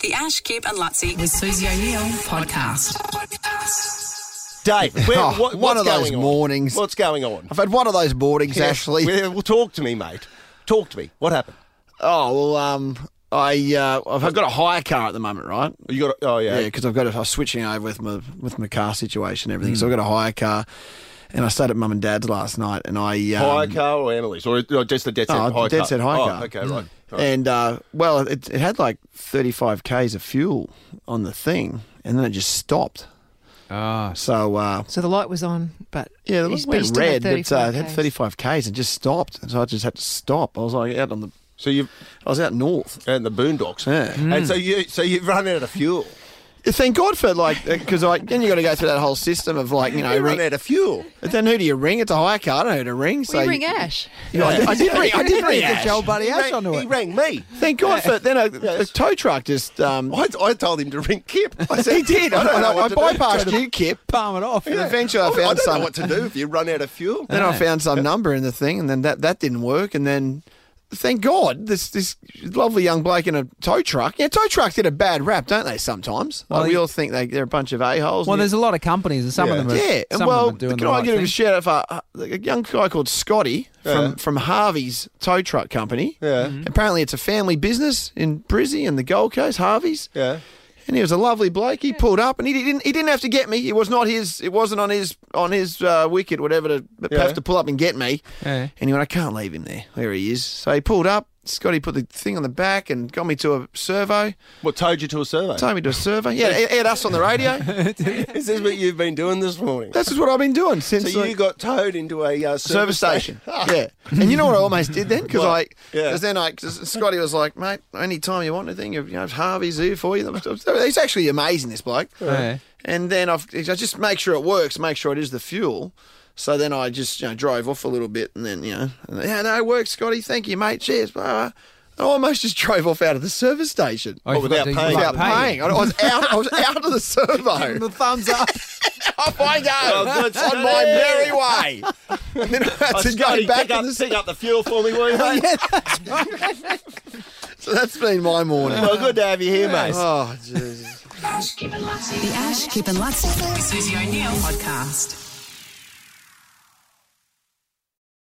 The Ash, Gabe and Lutzi. The Susie O'Neill podcast. Dave, where, Oh, what, one what's of those going on? mornings. What's going on? I've had one of those mornings, Yeah, Ashley. Well, well, talk to me, mate. Talk to me. What happened? Oh well, um, I uh, I've I've got a hire car at the moment, right? You got? A, oh yeah. Yeah, because I've got a, I'm switching over with my with my car situation and Mm. everything. So I've got a hire car, and I stayed at mum and dad's last night, and I um, Hire car or Emily's or or just the dead set Oh, hire dead car? set hire oh, car. Okay, right. right. And uh, well, it, it had like 35 k's of fuel on the thing, and then it just stopped. Ah, so uh, So the light was on, but yeah, you- it but was you went still had red, but uh, it had 35Ks. 35 k's and just stopped. And so I just had to stop. I was like out on the, So you've I was out north. and the boondocks. Yeah. Mm. And so you so you've run out of fuel. Thank God for like, because like then you got to go through that whole system of like you know. You ring- run out of fuel. But then who do you ring? It's a hire car. I don't know who to ring. we so ring Ash. Yeah, I, I did ring. I did ring Get Ash. your old buddy he, Ash rang, onto he it. rang me. Thank God for then a, a tow truck just. Um, I, I told him to ring Kip. I said, he did. I, don't know I, what to do. bypassed you, Kip. Palm it off. And eventually, I I don't found know some. what to do if you run out of fuel. Then I found some number in the thing, and then that, that didn't work. And then, thank God, this this lovely young bloke in a tow truck. Yeah, tow trucks get a bad rap, don't they? Sometimes like, Well, we you- all think they they're a bunch of a holes. Well, there's a lot of companies, and some Yeah. of them are, yeah, and some well, of them are doing can the I right give thing. a shout out for uh, a young guy called Scotty from, Yeah. from Harvey's Tow Truck Company? Mm-hmm. Yeah. Mhm. Apparently, it's a family business in Brizzy and the Gold Coast, Harvey's. Yeah. And he was a lovely bloke. He pulled up, and he didn't. He didn't have to get me. It was not his. It wasn't on his on his uh, wicket, whatever, to Yeah. have to pull up and get me. Yeah. And he went, I can't leave him there. There he is. So he pulled up. Scotty put the thing on the back and got me to a servo. What towed you to a survey? Told me to a servo. Yeah, he had us on the radio. Is this what you've been doing this morning? That's just what I've been doing So since. like- you got towed into a uh, service, service station. yeah. And you know what I almost did then? Because What? I, Yeah. because then I, cause Scotty was like, mate, any time you want anything, you know, Harvey's here for you. He's actually amazing, this bloke. Yeah. And then I've, I just make sure it works, make sure it is the fuel. So then I just, you know, drove off a little bit and then, you know, and then, yeah, no, it works, Scotty. Thank you, mate. Cheers. Blah, blah. I almost just drove off out of the service station. Oh, you Oh, without forgot to- you paying. Without forgot to paying, I was out. I was out of the servo. The thumbs up. Off I go Oh, good. on my merry way. And then I had to go back in the up the fuel for me, will you, mate? So that's been my morning. Well, Oh, good to have you here, mate. Oh, Jesus. Ash, Gabe and Lutzi. The Ash, Kip and Lutz. Susie O'Neill podcast.